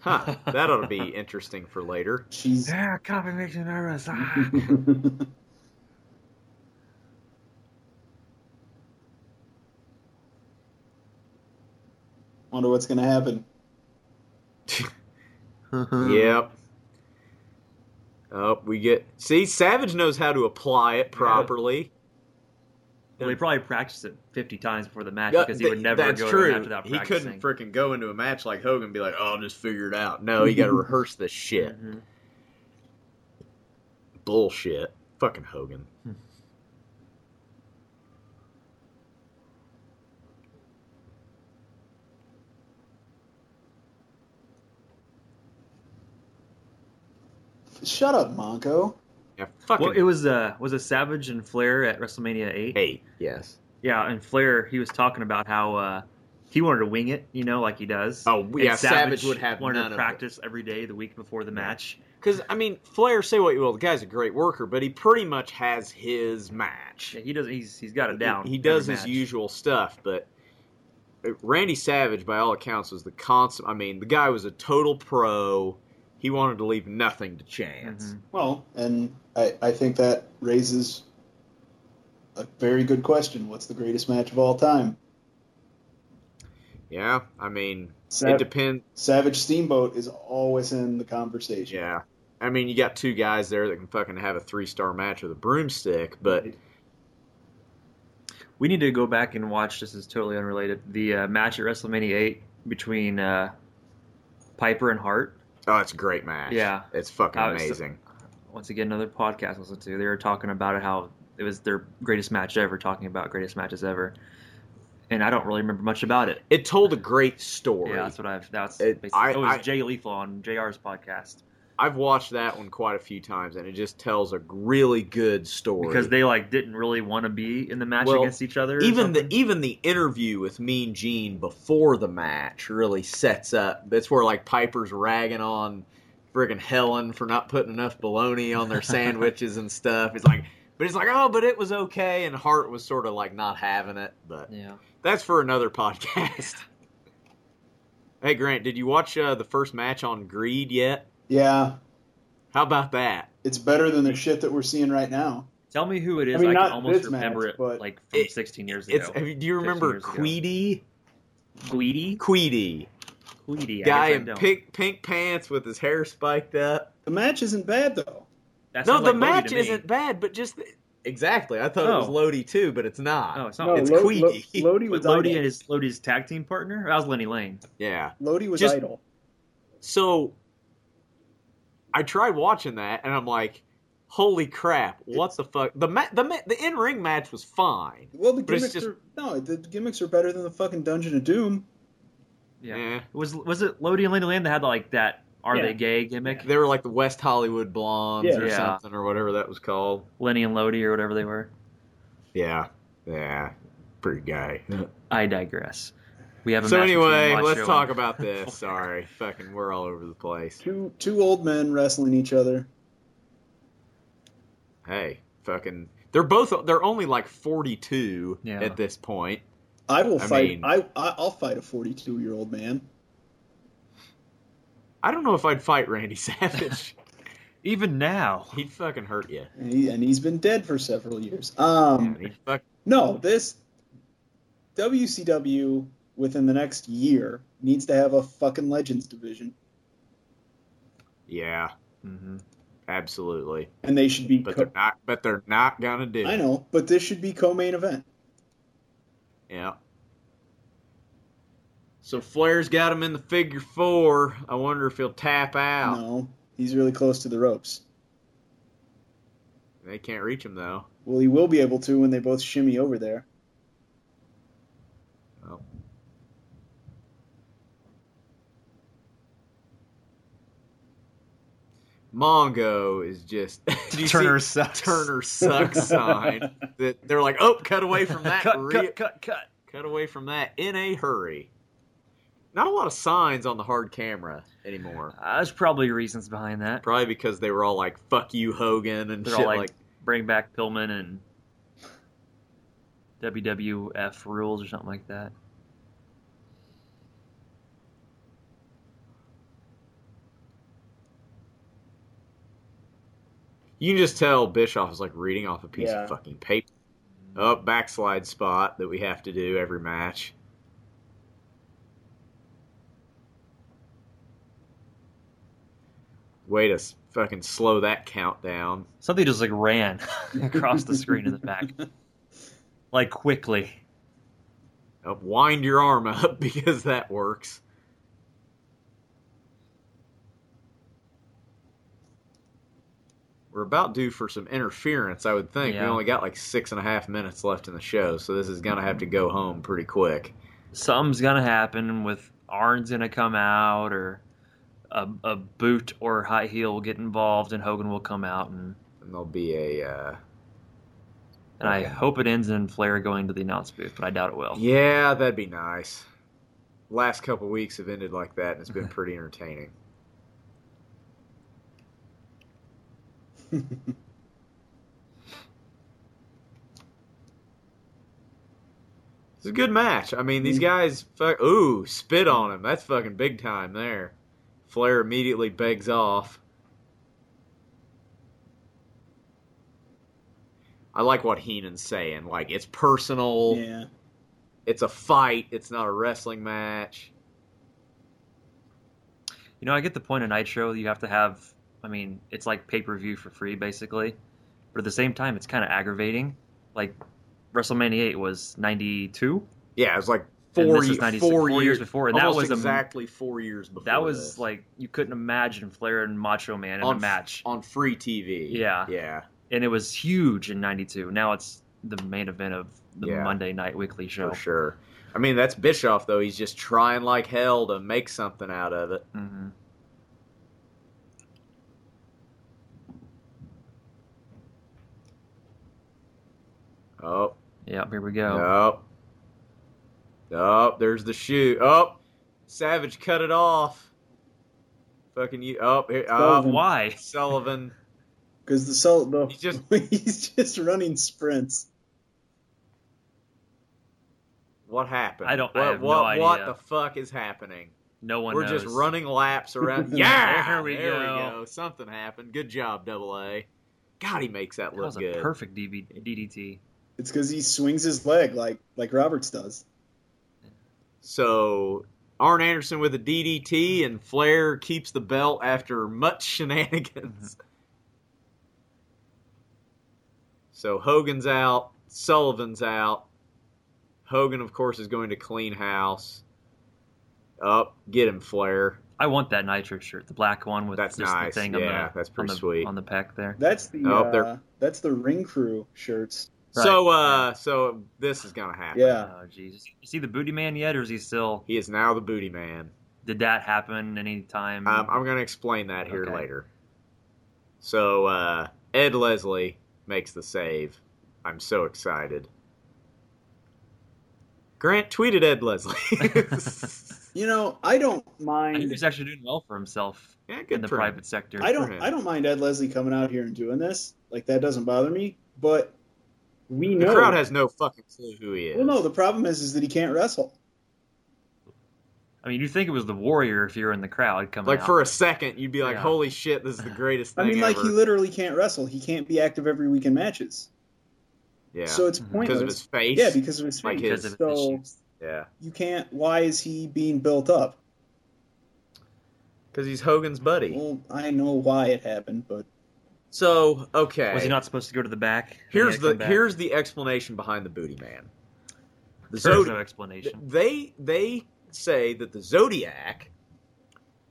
B: Huh, that ought to be interesting for later.
C: She's.
A: yeah, coffee makes you nervous.
C: Wonder what's gonna happen.
B: Yep. Oh, we get. See, Savage knows how to apply it properly.
A: Well, he probably practiced it 50 times before the match
B: Yeah,
A: because he would
B: th-
A: never
B: that's
A: go
B: true.
A: to a match without
B: he
A: practicing.
B: couldn't freaking go into a match like Hogan and be like, "Oh, I'll just figure it out." No, you got to rehearse this shit.
A: Mhm.
B: Bullshit. Fucking Hogan.
C: Shut up, Monko.
B: Yeah, fucking
A: Well, it was uh, was a Savage and Flair at WrestleMania eight.
B: eight. Yes.
A: Yeah, and Flair, he was talking about how uh, he wanted to wing it, you know, like he does.
B: Oh,
A: And
B: yeah, Savage would have
A: wanted
B: none of
A: to
B: it.
A: practice every day the week before the match.
B: Because I mean, Flair. Say what you will, the guy's a great worker, but he pretty much has his match.
A: Yeah, he does. He's he's got it down.
B: He, he does
A: every
B: his
A: match.
B: usual stuff, but uh, Randy Savage, by all accounts, was the constant. I mean, the guy was a total pro. He wanted to leave nothing to chance.
A: Mhm.
C: Well, and I, I think that raises a very good question. What's the greatest match of all time?
B: Yeah, I mean, it
C: Sav-
B: depends.
C: Savage Steamboat is always in the conversation.
B: Yeah. I mean, you got two guys there that can fucking have a three star match with a broomstick, but
A: We need to go back and watch. This is totally unrelated. The uh, match at WrestleMania eight between uh, Piper and Hart.
B: oh, it's a great match.
A: Yeah.
B: It's fucking
A: Oh, it's the-
B: amazing.
A: Once again, another podcast I listened to. They were talking about it, how it was their greatest match ever. Talking about greatest matches ever, and I don't really remember much about it.
B: It told a great story.
A: Yeah, that's what I've. That's
B: It-
A: basically.
B: I-
A: it was
B: I-
A: Jay Lethal on JR's podcast.
B: I've watched that one quite a few times, and it just tells a really good story.
A: because they like didn't really want to be in the match
B: Well,
A: against each other. or
B: even the
A: something.
B: even the interview with Mean Gene before the match really sets up. That's where like Piper's ragging on friggin' Helen for not putting enough bologna on their sandwiches and stuff. It's like, but it's like, oh, but it was okay. And Hart was sort of like not having it, but
A: yeah.
B: that's for another podcast. hey Grant, did you watch uh, the first match on Greed yet?
C: Yeah,
B: How about that?
C: it's better than the shit that we're seeing right now.
A: Tell me who it is.
C: I
A: I,
C: mean, not
A: can almost
C: this match,
A: remember it
C: but-
A: like from
B: It-
A: 16 years ago.
B: It's have you- do you remember
A: 15 years
B: Queedy?
A: Gleedy?
B: Queedy,
A: Gleedy. I
B: guy
A: guess I
B: in
A: don't.
B: pink pink pants with his hair spiked up.
C: The match isn't bad though.
A: That
B: No,
A: sounds
B: the
A: like Lodi
B: match
A: to me.
B: isn't bad, but just Oh. exactly. I thought it was
A: Oh.
B: Lodi too, but it's not.
A: No, Oh, it's not.
C: No,
B: it's
A: it's
C: Lo-
B: Queedy.
C: Lo- Lodi
A: Lodi,
C: was
A: Lodi
C: idle.
A: and his Lodi's tag team partner. That was Lenny Lane.
B: Yeah.
C: Lodi was
B: just-
C: idle.
B: So I tried watching that, and I'm like, "Holy crap! What the fuck?" The ma- the ma- the in ring match was fine.
C: Well, the
B: but it's
C: gimmicks
B: just-
C: are no, the gimmicks are better than the fucking Dungeon of Doom.
A: Yeah.
B: Yeah.
A: Was was it Lodi and Lenny Lane that had like that "Are
C: Yeah.
A: they gay?" gimmick?
B: They were like the West Hollywood Blondes
C: Yeah.
B: or
A: Yeah.
B: something or whatever that was called.
A: Lenny and Lodi or whatever they were.
B: Yeah, yeah, pretty gay.
A: I digress. We have a
B: so
A: match between
B: anyway,
A: Macho
B: let's
A: and-
B: talk about this. Sorry, fucking, we're all over the place.
C: Two two old men wrestling each other.
B: Hey, fucking, they're both they're only like 42
A: Yeah.
B: at this point.
C: I will
B: I
C: fight.
B: mean-
C: I, I I'll fight a forty two year old man.
B: I don't know if I'd fight Randy Savage.
A: even now.
B: he'd fucking hurt you.
C: And, he, and he's been dead for several years. Um,
B: He'd fuck-
C: no, this WCW within the next year needs to have a fucking Legends division,
B: yeah,
A: hmm
B: absolutely.
C: and they should be.
B: But
C: Co-
B: they're not. But they're not gonna do.
C: I
B: it.
C: know, but this should be co-main event.
B: Yeah. So Flair's got him in the figure four. I wonder if he'll tap out.
C: No, he's really close to the ropes.
B: They can't reach him though.
C: Well, he will be able to when they both shimmy over there.
B: Well. Mongo is just Do you see
A: Turner sucks.
B: Turner sucks sign that they're like, oh, cut away from that,
A: cut,
B: re-
A: cut, cut, cut.
B: cut away from that in a hurry. Not a lot of signs on the hard camera anymore.
A: Uh, there's probably reasons behind that.
B: Probably because they were all like, "Fuck you, Hogan," and
A: They're
B: shit
A: all like,
B: like
A: bring back Pillman and WWF rules or something like that.
B: You can just tell Bischoff is like reading off a piece
C: Yeah.
B: of fucking paper. Up backslide spot that we have to do every match. Way to s- fucking slow that countdown.
A: Something just like ran across the screen in the back, like quickly.
B: Up, wind your arm up because that works. We're about due for some interference, I would think. We
A: Yeah.
B: only got like six and a half minutes left in the show, so this is going to have to go home pretty quick.
A: Something's gonna happen with Arn's gonna come out or a, a boot or high heel will get involved and Hogan will come out and
B: and there'll be a uh,
A: and I hope it ends in Flair going to the announce booth, but I doubt it will.
B: yeah that'd be nice last couple weeks have ended like that and it's been pretty entertaining it's a good match i mean these guys fuck ooh spit on him that's fucking big time there flair immediately begs off I like what Heenan's saying. Like it's personal
C: Yeah.
B: it's a fight. It's not a wrestling match.
A: You know, I get the point of Nitro. You have to have. I mean, it's like pay per view for free, basically. But at the same time, it's kind of aggravating. Like WrestleMania 8 was 92.
B: Yeah, it was like
A: And
B: four,
A: this is
B: ye-
A: 96,
B: four
A: four
B: years,
A: years before, and that
B: almost
A: was a-
B: exactly four years before.
A: That was
B: this.
A: like you couldn't imagine Flair and Macho Man in
B: on
A: a match,
B: on free TV.
A: Yeah.
B: yeah,
A: and it was huge in '92. Now it's the main event of the
B: Yeah.
A: Monday Night Weekly show.
B: for sure. I mean, that's Bischoff though. He's
A: Mm-hmm.
B: just trying like hell to make something out of it.
A: hmm
B: Oh,
A: Yep, here we go.
B: no. Oh, there's the shoe. Oh, Savage cut it off. Fucking you. Oh, here, oh
A: Why?
B: Sullivan.
C: Because the salt, the,
B: He's just-
C: he's just running sprints.
B: What happened?
A: I don't- I
B: What,
A: have no
B: what, what
A: idea.
B: the fuck is happening?
A: No one
B: We're
A: knows.
B: just running laps around. yeah,
A: There we go.
B: Something happened. Good job, Double A. God, he makes that
A: That
B: look
A: was a
B: good.
A: perfect DB, DDT.
C: It's because he swings his leg like like Roberts does.
B: So Arn Anderson with a DDT, and Flair keeps the belt after much shenanigans. so Hogan's out, Sullivan's out. Hogan, of course, is going to clean house. Up, get him, Flair.
A: I want that Nitro shirt, the black one with
B: That's
A: just
B: nice.
A: the thing
B: Yeah,
A: on the
B: that's pretty
A: on the,
B: sweet.
A: on the pack there.
C: That's the
B: Nope, they're-
C: uh, that's the ring crew shirts.
B: So, uh, so this is gonna happen.
C: Yeah,
A: Oh Jesus! You see the Booty Man yet, or is he still?
B: He is now the booty man.
A: Did that happen anytime?
B: Um, I'm going to explain that here
A: Hmm. Okay.
B: later. So uh, Ed Leslie makes the save. I'm so excited. Grant tweeted Ed Leslie.
C: you know I don't
A: He's
C: mind.
A: actually doing well for himself
B: yeah, good
A: in the
B: for him.
A: private sector.
C: I
B: for
C: don't
B: him.
C: I don't mind Ed Leslie coming out here and doing this. Like that doesn't bother me. But we
B: The
C: know
B: crowd has no fucking clue who he is.
C: Well, no. The problem is is that he can't wrestle.
A: I mean, you'd think it was the Warrior if you were in the crowd coming
B: like
A: out.
B: for a second, you'd be like,
A: Yeah.
B: "Holy shit, this is the greatest
C: I
B: thing
C: mean, like
B: ever."
C: he literally can't wrestle. He can't be active every week in matches.
B: yeah,
C: So it's
A: Mhm.
C: pointless.
B: because of his face.
C: yeah, because of his
B: Like
C: face.
A: because
B: his-
A: of
C: so
A: issues.
B: yeah,
C: you can't. Why is he being built up?
B: because he's Hogan's buddy.
C: Well, I know why it happened, but
B: So okay,
A: Was he not supposed to go to the back?
B: here's
A: He had to
B: the
A: come back.
B: here's the explanation behind the booty man. The
A: There's
B: Zod-
A: no
B: Th-
A: explanation.
B: they they say that the Zodiac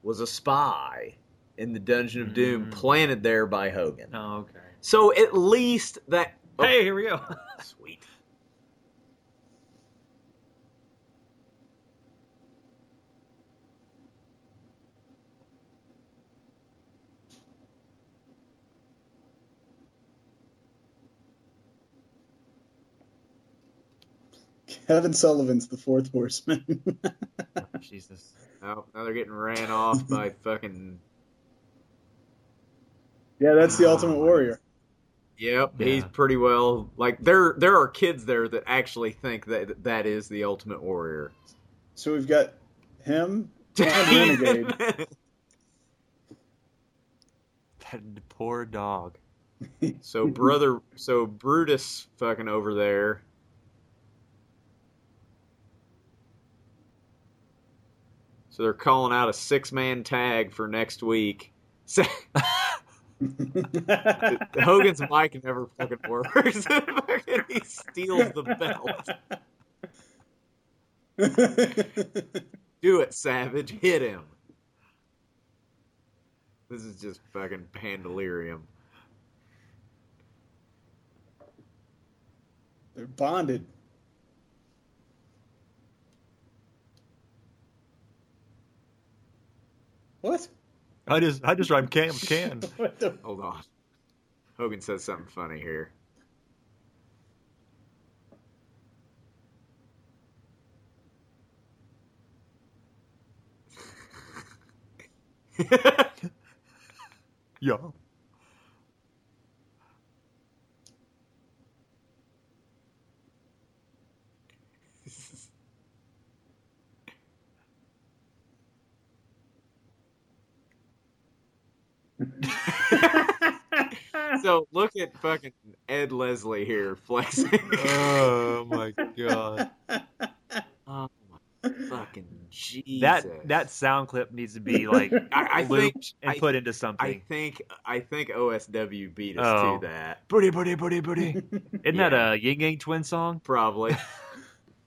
B: was a spy in the Dungeon of Doom
A: Mm.
B: planted there by Hogan.
A: Oh, okay.
B: So at least that oh,
A: Hey, here we go.
B: sweet.
C: Kevin Sullivan's the fourth horseman.
A: Jesus.
B: Oh, now they're getting ran off by fucking
C: yeah, that's the
B: Oh,
C: Ultimate
B: my
C: Warrior.
B: Yep,
A: Yeah.
B: he's pretty well like there there are kids there that actually think that that is the ultimate warrior.
C: So we've got him and Renegade.
A: That poor dog.
B: So brother, so Brutus fucking over there. So they're calling out a six-man tag for next week. So- Hogan's mic never fucking works. Fucking he steals the belt. Do it, Savage. Hit him. This is just fucking pandelirium.
C: They're bonded. What?
F: I just I just rhymed can can.
C: What the?
B: Hold on. Hogan says something funny here.
F: Yeah.
B: so look at fucking Ed Leslie here flexing.
F: Oh my god.
B: oh my fucking Jesus.
A: That that sound clip needs to be like
B: I, I think
A: looped and
B: I-
A: put into
B: I
A: something.
B: think I think OSW beat us
A: Oh.
B: to that.
F: Booty booty booty booty.
A: Isn't
B: yeah.
A: that a Ying Yang Twin song?
B: Probably.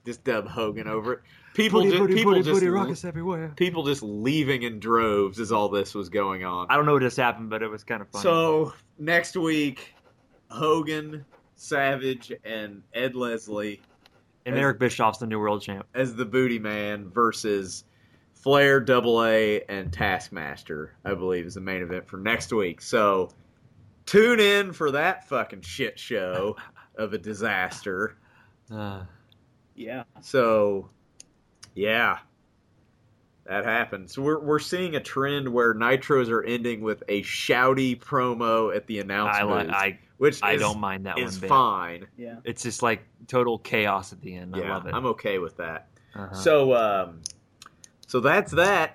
B: just dub Hogan over it. People
F: Booty
B: just
F: booty
B: people
F: booty
B: just
F: booty rockets everywhere.
B: people just leaving in droves as all this was going on.
A: I don't know what just happened, but it was kind of funny.
B: So next week, Hogan, Savage, and Ed Leslie
A: and Eric Bischoff's the new world champ.
B: as the Booty Man versus Flair, Double A, and Taskmaster. I believe is the main event for next week. So Tune in for that fucking shit show of a disaster.
A: Uh,
C: Yeah.
B: So, yeah, that happened. So we're we're seeing a trend where nitros are ending with a shouty promo at the
A: I
B: announcement,
A: like. I
B: which
A: I
B: is,
A: don't mind that
B: is
A: one bit.
B: fine.
C: Yeah.
A: It's just like total chaos at the end. I
B: yeah,
A: love it.
B: I'm okay with that.
A: Uh-huh.
B: So, um, so that's that.